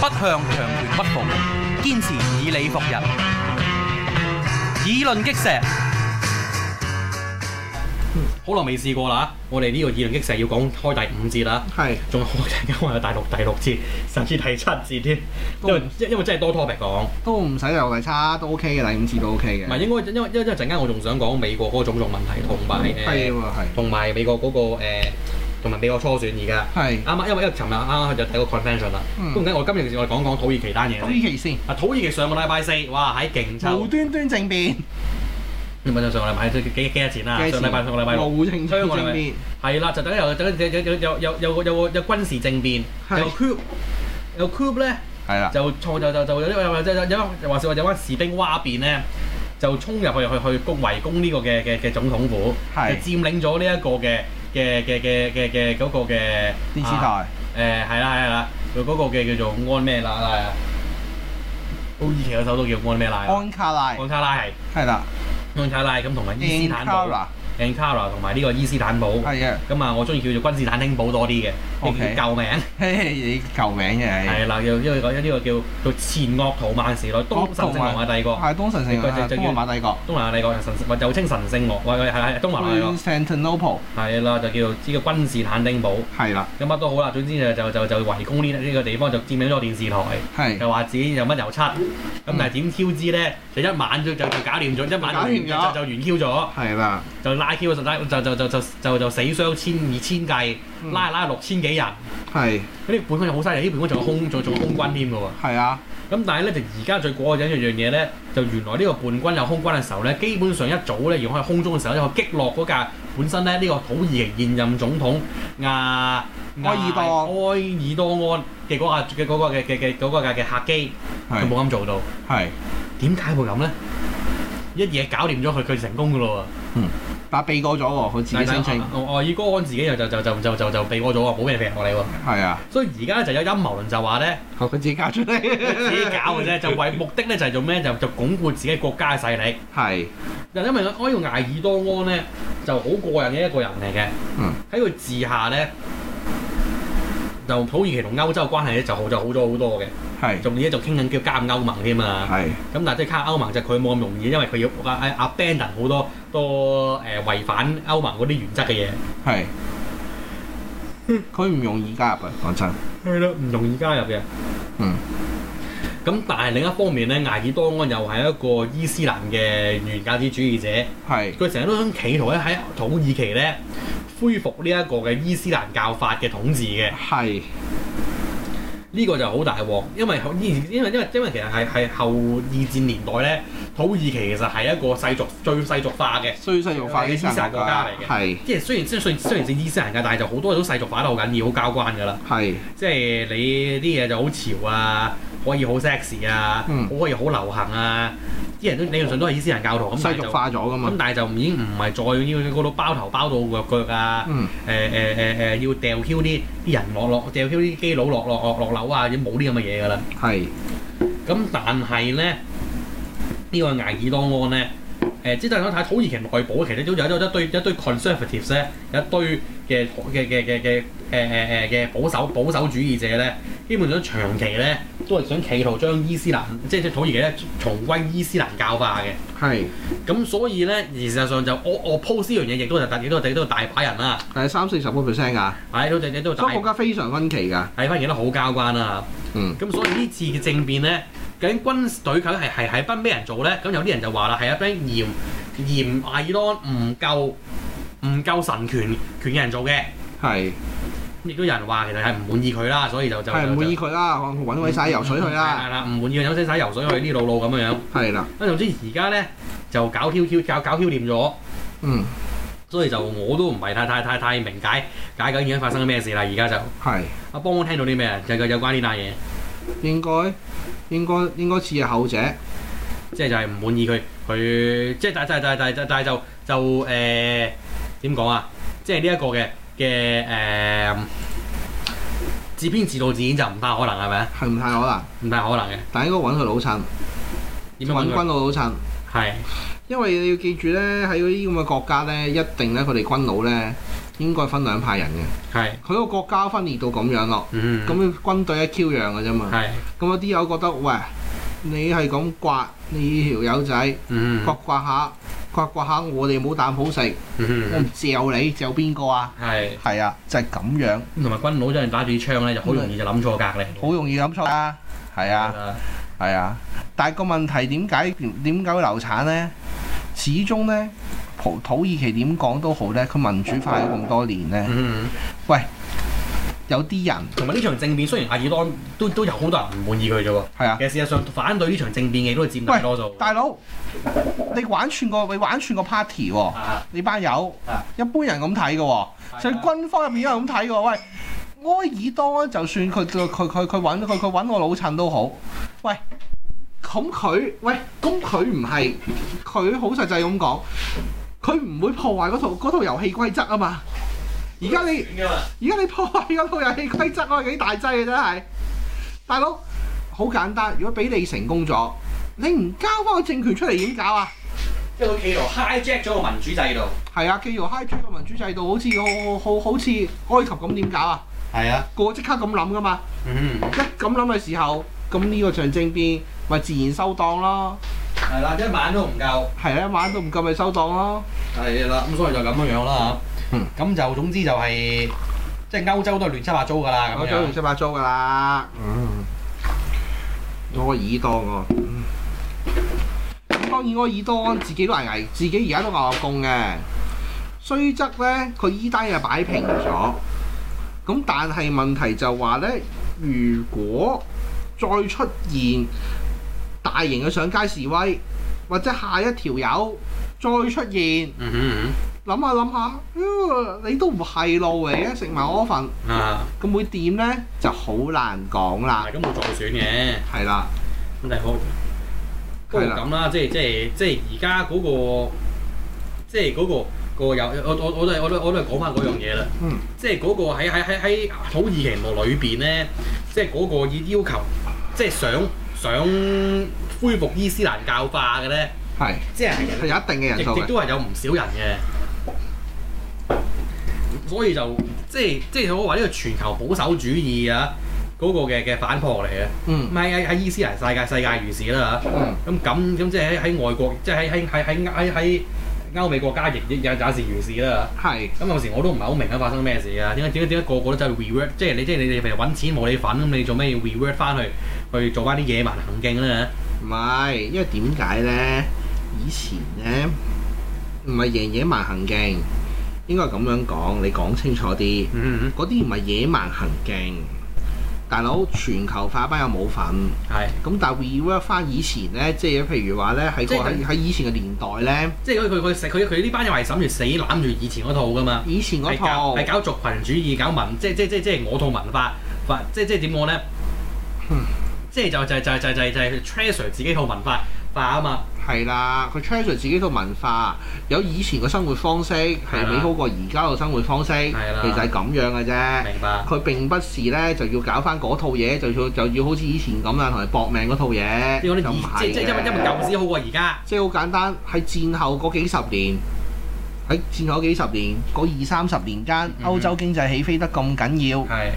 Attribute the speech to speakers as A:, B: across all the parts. A: 向強權屈服，堅持以理服人，以論擊石。好耐未試過啦！我哋呢個議論擊石要講開第五節啦，
B: 係
A: 仲開緊，因為有大陸第六節，甚至第七節添，因為因為真係多 topic 講。
B: 都唔使由嚟差，都 OK 嘅，第五次都 OK 嘅。
A: 唔係應該，因為因為因為陣間我仲想講美國嗰個種種問題，同埋
B: 係
A: 誒，
B: 喎，係
A: 同埋美國嗰個誒，同埋美國初選而家
B: 係。
A: 啱啊啱，因為因為尋日啱啱就睇個 convention 啦。
B: 嗯
A: 咁唔緊，我今日我哋講講土耳其單嘢
B: 土
A: 啦
B: 耳其先，
A: 啊，土耳其上個禮拜四，哇喺勁
B: 無
A: 抽，
B: 端端政變，幾
A: 你咪就上個禮拜即係幾幾日前啦，上禮拜上個禮拜六。
B: 無情
A: 所以
B: 政
A: 我哋咪
B: 變，
A: 係啦，就等有等有有有有有個有個有軍事政變，
B: 係
A: 有 coup，有 coup 咧
B: 係啦，
A: 就錯就就就有有有有有有話說有班士兵蛙變咧，就衝入去去去攻圍攻呢個嘅嘅嘅總統府，
B: 係
A: 就佔領咗呢一個嘅嘅嘅嘅嘅嘅嗰個嘅
B: 電視
A: 啊
B: 台
A: 誒係啦係啦，佢嗰個嘅叫做安咩拉拉啊，土耳其嗰首都叫安咩拉啊，
B: 安卡拉
A: 安卡拉係
B: 係啦
A: 安卡拉咁同埋伊斯坦啊堡
B: ，Ankara
A: ，Ankara 同埋呢個伊斯坦堡。
B: 係啊，
A: 咁啊，我中意叫做君士坦丁堡多啲嘅，
B: OK
A: 叫救命
B: 嘿嘿，你舊名嘅係
A: 係啊啦，又因為講呢個叫做前鄂圖曼時代東神聖啊羅馬帝國，
B: 係東神聖
A: 佢
B: 啊，
A: 就就
B: 東
A: 叫
B: 羅馬帝國
A: 東羅馬帝國神或又稱神聖羅，或係係東羅馬帝
B: 嗯
A: 國，
B: ，Constantinople
A: 係啦，就叫做呢個君士坦丁堡。
B: 係啦，
A: 咁乜都好啦，總之就就就就圍攻呢呢個地方，就佔領咗電視台，
B: 係嗯
A: 就話自己有乜油漆。咁但係點 Q 知咧，就一晚就就就搞掂咗，一晚就
B: 搞掂
A: 就
B: 咗
A: 就完 Q 咗，
B: 係啦，
A: 就拉 Q 就拉就就就就就就死傷千二千計，
B: 嗯
A: 拉拉六千幾人。
B: 係
A: 佢哋本軍又好犀利，呢本軍仲有空，仲仲有空軍添嘅喎。
B: 係啊，
A: 咁但係咧，就而家最過癮一樣嘢咧，就原來呢個叛軍有空軍嘅時候咧，基本上一早咧，如果喺空中嘅時候咧，就擊落嗰架本身咧呢、個土耳其現任總統啊
B: 埃爾多安
A: 埃爾多安嘅嗰架嘅嗰個嘅嘅嘅嗰個架嘅客機，佢
B: 係
A: 冇咁做到。
B: 係，
A: 點解會咁咧？一嘢搞掂咗佢，佢成功嘅咯
B: 但避過咗喎，佢
A: 喎。
B: 自己聲稱
A: 但係啊愛爾多安自己又就就就就就就避過咗喎，冇俾人劈落嚟喎。
B: 係啊，
A: 所以而家就有陰謀論就話 咧。
B: 佢自己搞 出
A: 自己
B: 嚟，
A: 搞嘅啫，就為目的咧就係做咩？就就鞏固自己國家嘅勢力。
B: 係
A: 就因為埃要艾爾多安咧就好過人嘅一個人嚟嘅，
B: 嗯
A: 喺佢治下咧，就土耳其同歐洲嘅關係咧就好就好咗好多嘅。
B: 係
A: 仲而家就傾緊叫加入歐盟添啊。
B: 係
A: 咁但係即係加入歐盟就佢冇咁容易，因為佢要啊啊 abandon 好多多誒、呃、違反歐盟嗰啲原則嘅嘢。
B: 係，佢唔容易加入啊，講真。
A: 係咯，唔容易加入嘅。
B: 嗯。
A: 咁但係另一方面咧，艾爾多安又係一個伊斯蘭嘅原教旨主義者，
B: 係
A: 佢成日都想企圖咧喺土耳其咧恢復呢一個嘅伊斯蘭教法嘅統治嘅，
B: 係
A: 呢、個就好大鑊，因為因因為因為因為其實係係後二戰年代咧，土耳其其實係一個世俗最世俗化嘅，
B: 衰世用法伊斯
A: 伊斯蘭
B: 蘭國家
A: 國家嚟嘅
B: 係
A: 即係雖然雖然雖然正伊斯蘭教，但係就好多嘢都世俗化得好緊要，好交關㗎啦。
B: 係
A: 即係你啲嘢就好潮啊，可以好 sexy 啊，
B: 嗯
A: 可以好流行啊，啲人都理論上都係伊斯蘭教徒咁，但
B: 世
A: 係就
B: 俗化咗噶嘛
A: 咁，但係就唔已經唔係再要嗰度包頭包到腳腳啊，
B: 嗯
A: 誒誒誒誒要掉 Q 啲啲人落落掉 Q 啲基佬落落落落樓啊，已經冇啲咁嘅嘢㗎啦。
B: 係
A: 咁但係咧，呢、個艾爾多安咧。誒，即係我睇土耳其內部，其實都有有一堆一堆 conservatives 咧，有一堆嘅嘅嘅嘅嘅誒誒誒嘅保守保守主義者咧，基本上長期咧都係想企圖將伊斯蘭即係即係土耳其咧重歸伊斯蘭教化嘅。
B: 係
A: 咁所以咧，而事實上就我我 post 呢樣嘢，亦都係亦都係亦都係大把人啦，
B: 係三四十個 percent 㗎，
A: 係都亦都
B: 所以
A: 大
B: 國家非常分歧㗎。
A: 係反而都好交關啦。
B: 嗯
A: 咁所以呢次嘅政變咧，究竟軍隊佢係係係班咩人做咧？咁有啲人就話啦，係一啊班嫌嫌艾爾多安唔夠唔夠神權權嘅人做嘅。
B: 係
A: 咁亦都有人話其實係唔滿意佢啦，所以就就
B: 係唔滿意
A: 就
B: 佢啦，揾位晒游水去
A: 係
B: 啦，
A: 啦，唔滿意佢有先使游水去呢路路咁樣樣。
B: 係啦，
A: 咁總之而家咧就搞 Q Q 搞搞 Q 掂咗。
B: 嗯
A: 所以就我都唔係太太太太明解解緊而家發生緊咩事啦。而家就
B: 係
A: 阿邦邦聽到啲咩啊？就有有關呢單嘢，
B: 應該應該應該似係後者，
A: 即係就係唔滿意佢佢，即係但但但但但但就就誒點講啊？即係呢一個嘅嘅誒自編自導自演就唔太可能係咪？啊
B: 係唔太可能，
A: 唔太可能嘅，
B: 但應該揾佢老襯，
A: 點樣
B: 揾
A: 揾
B: 軍
A: 佢？
B: 佬老襯。
A: 係
B: 因為你要記住咧，喺嗰啲咁嘅國家咧，一定咧佢哋軍佬咧應該分兩派人嘅。
A: 係，
B: 佢個國家分裂到咁樣咯，
A: 嗯，
B: 咁、軍隊一 Q 樣嘅啫嘛。
A: 係，
B: 咁有啲友覺得，喂，你係咁刮你條友仔，
A: 嗯
B: 刮，刮下，刮刮下，我哋冇啖好食，我
A: 嗯，
B: 唔嚼你，嚼邊個啊？
A: 係。
B: 係啊，就係、咁樣，
A: 咁同埋軍佬真係打住啲槍咧，就好容易就諗錯格嚟。
B: 好容易諗錯啊。係啊。
A: 啊，
B: 係啊，但係個問題點解點解會流產呢？始終呢，葡土耳其點講都好呢，佢民主化咗咁多年呢，
A: 嗯，
B: 有啲人
A: 同埋呢場政變雖然阿爾多都都有好多人唔滿意佢啫喎，
B: 係啊，
A: 其實事實上反對呢場政變嘅都係佔大多數。
B: 大佬，你玩串個你玩串個 party 喎、
A: 啊
B: 你班友
A: 啊
B: 一般人咁睇嘅喎，就軍方入面有人咁睇嘅喎，喂。埃爾多安就算佢佢佢佢佢揾佢佢揾我老襯都好，喂，咁佢喂咁佢唔係佢好實際咁講，佢唔會破壞嗰套嗰套遊戲規則啊嘛。而家你
A: 啊
B: 而家你破壞嗰套遊戲規則，我係幾大劑啊！真係，大佬好簡單，如果俾你成功咗，你唔交翻個政權出嚟點搞啊？
A: 即係佢企圖 hijack 咗個民主制度。
B: 係啊，既然 high 個民主制度好似好好好好似埃及咁點搞啊？
A: 係啊，
B: 個個即刻咁諗噶嘛，
A: 嗯，
B: 一咁諗嘅時候，咁呢個場政變咪自然收檔咯，
A: 係啦，一晚都唔夠。
B: 係啊，一晚都唔夠咪收檔咯。
A: 係啦，咁所以就咁樣樣啦嚇。
B: 嗯
A: 咁就總之就係即係歐洲都係亂七八糟㗎啦
B: 我
A: 咁
B: 走完
A: 樣。
B: 七八糟噶啦。嗯，埃爾多我。咁當然埃爾多安自己都係危，自己而家都牛牛共嘅。雖則咧，佢依單嘢擺平咗，咁但係問題就話咧，如果再出現大型嘅上街示威，或者下一條友再出現，
A: 嗯
B: 諗下諗下，呃你都唔係路嚟嘅，食埋我份。
A: 哼，啊，
B: 咁會點呢？就好難講啦，
A: 係咁冇助選嘅。
B: 係啦，
A: 咁但係好，不過
B: 係啦
A: 咁啦，即係即係即係而家嗰個，即係嗰、個、個有我我我都係我都我都係講翻嗰樣嘢啦。
B: 嗯，
A: 即係嗰個喺喺喺喺土耳其內裏邊咧，即係嗰個要要求，即係想想恢復伊斯蘭教化嘅咧，
B: 係
A: 即係
B: 係有一定嘅
A: 亦
B: 人數
A: 亦
B: 嘅，
A: 都係有唔少人嘅。所以就即係即係我話呢個全球保守主義啊，嗰、個嘅嘅反撲嚟嘅。
B: 嗯
A: 咁喺喺喺伊斯蘭世界世界如是啦嚇。
B: 嗯
A: 咁咁咁即係喺喺外國，即係喺喺喺喺喺喺歐美國家亦亦有也是如是啦。
B: 係
A: 咁有時我都唔係好明啊，發生咩事啊？點解點解點解個個都走去 revert？即係你即係你哋譬如揾錢冇你份，咁你做咩要 revert 翻去去做翻啲野蠻行徑咧？
B: 唔係？因為點解呢？以前呢，唔係贏野蠻行徑，應該咁樣講，你講清楚啲，
A: 嗯，
B: 嗰啲唔係野蠻行徑，大佬全球化班有冇份？
A: 係，
B: 咁但係 rework 翻以前呢，即係譬如話呢，喺
A: 即
B: 個
A: 係
B: 喺喺以前嘅年代呢，
A: 即係佢佢佢佢佢呢班又係諗住死攬住以前嗰套噶嘛。
B: 以前嗰
A: 係搞
B: 套
A: 係搞族群主義，搞文即即即即係我套文化，法即即點講咧
B: 嗯？
A: 即係就就就就就就係 treasure 自己套文化化啊嘛。
B: 係啦，佢 treasure 自己個文化，有以前嘅生活方式
A: 係
B: 係
A: 啦
B: 美好過而家嘅生活方式，
A: 係
B: 其
A: 啦
B: 實係咁樣嘅啫。
A: 明白。
B: 佢並不是咧就要搞翻嗰套嘢，就要就要好似以前咁啦，同你搏命嗰套嘢，
A: 因為
B: 就
A: 我
B: 唔
A: 哋
B: 係啊
A: 即即因為因為
B: 嘅
A: 舊時好過而家。
B: 即係好簡單，喺戰後嗰幾十年，喺戰後幾十年嗰二三十年間，
A: 嗯
B: 歐洲經濟起飛得咁緊要，
A: 係。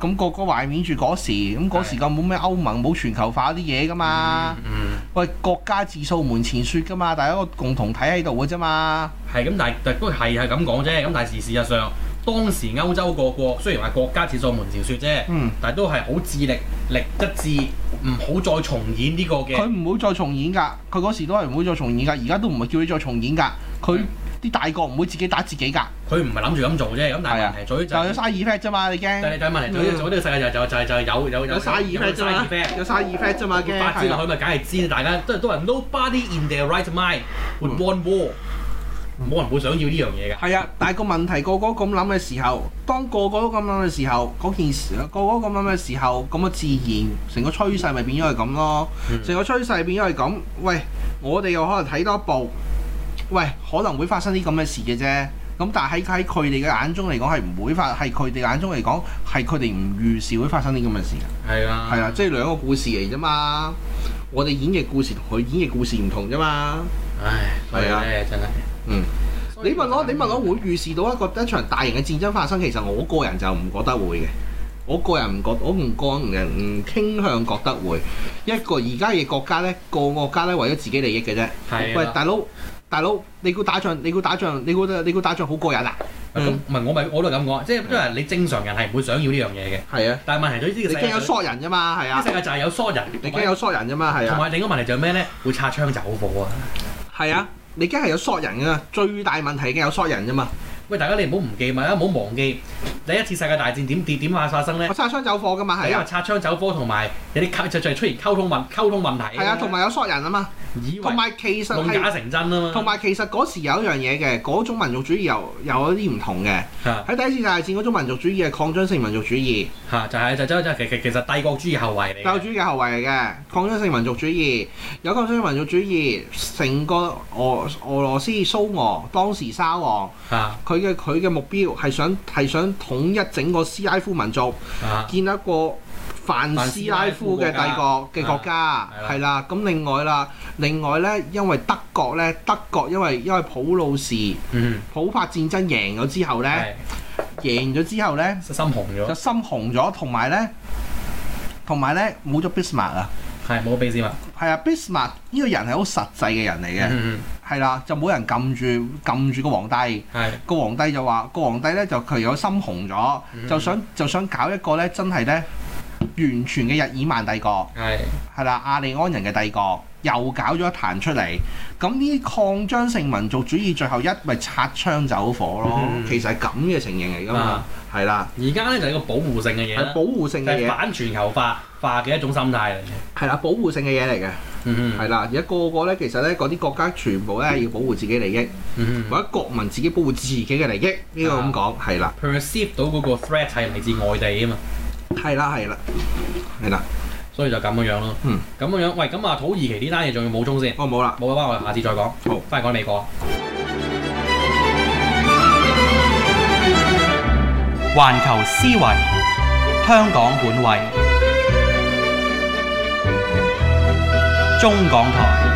B: 咁個個懷緬住嗰時，咁嗰時咁冇咩歐盟冇全球化啲嘢噶嘛。
A: 嗯。
B: 喂，國家字數門前雪噶嘛，但係一個共同體喺度嘅啫嘛。
A: 係咁，但係但不過係係咁講啫。咁但係事事實上，當時歐洲各國雖然話國家自掃門前雪啫，
B: 嗯，
A: 但係都係好致力力一致，唔好再重演呢個嘅。
B: 佢唔會再重演㗎，佢嗰時都係唔會再重演㗎，而家都唔係叫你再重演㗎。佢
A: 嗯
B: 啲大國唔會自己打自己㗎，
A: 佢唔係諗住咁做啫。咁但
B: 係
A: 係
B: 啊
A: 問題在於就
B: 就有
A: 係。
B: 嘥 effect 啫嘛，你
A: 但係
B: 驚？
A: 但係問題在於就喺呢個世界就就就就有有
B: 有嘥 effect 啫嘛
A: 嘥 effect
B: 有嘥 effect 啫嘛，驚
A: 發展
B: 係啊
A: 落去咪梗係知，大家都都係 nobody in their right mind would want war，冇人會想要呢樣嘢㗎。
B: 係啊，但係個問題個個咁諗嘅時候，當個個都咁諗嘅時候，嗰件事個個咁諗嘅時候，咁啊自然成個趨勢咪變咗係咁咯。成個趨勢變咗係咁，喂，我哋又可能睇多一步，喂，可能會發生啲咁嘅事嘅啫。咁但係喺喺佢哋嘅眼中嚟講係唔會發，係佢哋眼中嚟講係佢哋唔預示會發生啲咁嘅事嘅。
A: 係啊，
B: 係啊，即係兩個故事嚟啫嘛。我哋演繹故事同佢演繹故事唔同啫嘛。
A: 唉，所以
B: 係啊
A: 咧真係，
B: 嗯，
A: 所
B: 你問我，你問我會預示到一個一場大型嘅戰爭發生，其實我個人就唔覺得會嘅。我個人唔覺，我唔個人唔傾向覺得會一個而家嘅國家呢，個國家呢為咗自己利益嘅啫。
A: 係啊
B: 喂，
A: 啦。
B: 大佬，大佬，你估打仗？你估打仗？你估你估打仗好過癮啊？
A: 咁唔係我咪我都係咁講，即
B: 嗯
A: 係因為你正常人係唔會想要呢樣嘢嘅，
B: 係啊，
A: 但係問題在於呢
B: 你
A: 個世
B: 驚
A: 界
B: 有
A: 就，
B: 疏人啫嘛，係
A: 呢
B: 啊
A: 個，世界就係有疏人，
B: 你驚有疏人啫嘛，係
A: 同
B: 啊，
A: 埋另一個問題就係咩咧？會擦槍走火啊！
B: 係啊，你驚係有疏人啊，最大問題已經有疏人啫嘛。
A: 喂，大家你唔好唔記埋啊，唔好忘記第一次世界大戰點點點下發生咧
B: 我，擦槍走火㗎嘛，係
A: 因為
B: 啊，
A: 擦槍走火同埋有啲溝就就係出現溝通問溝通問題啊。
B: 係啊，同埋有疏人啊嘛，
A: 以為
B: 同埋其實
A: 弄
B: 係。
A: 假成真啊嘛，
B: 同埋其實嗰時有一樣嘢嘅，嗰種民族主義又有一啲唔同嘅。
A: 嚇
B: 喺第一次大戰嗰種民族主義係擴張性民族主義，
A: 嚇就係就真真其其其實帝國主義後衞嚟
B: 帝國
A: 嘅，
B: 主義嘅後衞嚟嘅。擴張性民族主義有擴張性民族主義，成個俄俄羅斯蘇俄當時沙皇，
A: 嚇
B: 佢嘅佢嘅目標係想係想統一整個斯拉夫民族，
A: 嚇
B: 建立一個泛啊斯拉夫嘅帝國嘅國家啊
A: 係啦，
B: 係啦。咁另外啦，另外呢，因為德國呢，德國因為因為普魯士。
A: 嗯
B: 普法戰爭贏咗之後呢，
A: 係
B: 贏咗之後呢，
A: 心紅
B: 就
A: 咗，
B: 心紅咗，同埋呢，同埋呢，冇咗 Bismarck 啊，
A: 係冇俾先嘛，
B: 係啊，Bismarck 呢個人係好實際嘅人嚟嘅，
A: 嗯
B: 係啊啦、就冇人撳住撳住個皇帝，
A: 嗯係
B: 個皇帝就話個皇帝呢，就佢有心紅咗，
A: 嗯
B: 就想就想搞一個呢，真係呢，完全嘅日耳曼帝國。
A: 係
B: 係啦，亞利安人嘅帝國又搞咗一壇出嚟，咁呢啲擴張性民族主義最後一咪擦槍走火咯，
A: 嗯
B: 其實係咁嘅情形嚟㗎嘛
A: 啊，
B: 係啦，
A: 而家咧就係一個保護性嘅嘢
B: 係
A: 啦
B: 保，護性
A: 就
B: 嘅
A: 係
B: 嘢，
A: 反全球化化嘅一種心態嚟嘅，
B: 係啦，保護性嘅嘢嚟嘅，
A: 嗯
B: 係啦，而家個個咧其實咧嗰啲國家全部咧要保護自己利益，
A: 嗯
B: 或者國民自己保護自己嘅利益，呢個咁講係啦，
A: perceive 到嗰個 threat 係嚟自外地啊嘛，
B: 係啦，係啦，係啦，
A: 所以就咁樣樣咯。
B: 嗯，
A: 咁樣樣，喂，咁啊土耳其呢單嘢仲要補充先，
B: 我冇啦，
A: 冇嘅話我哋下次再講。
B: 好，
A: 翻嚟講美國。
C: 環球思維，香港本位，中港台。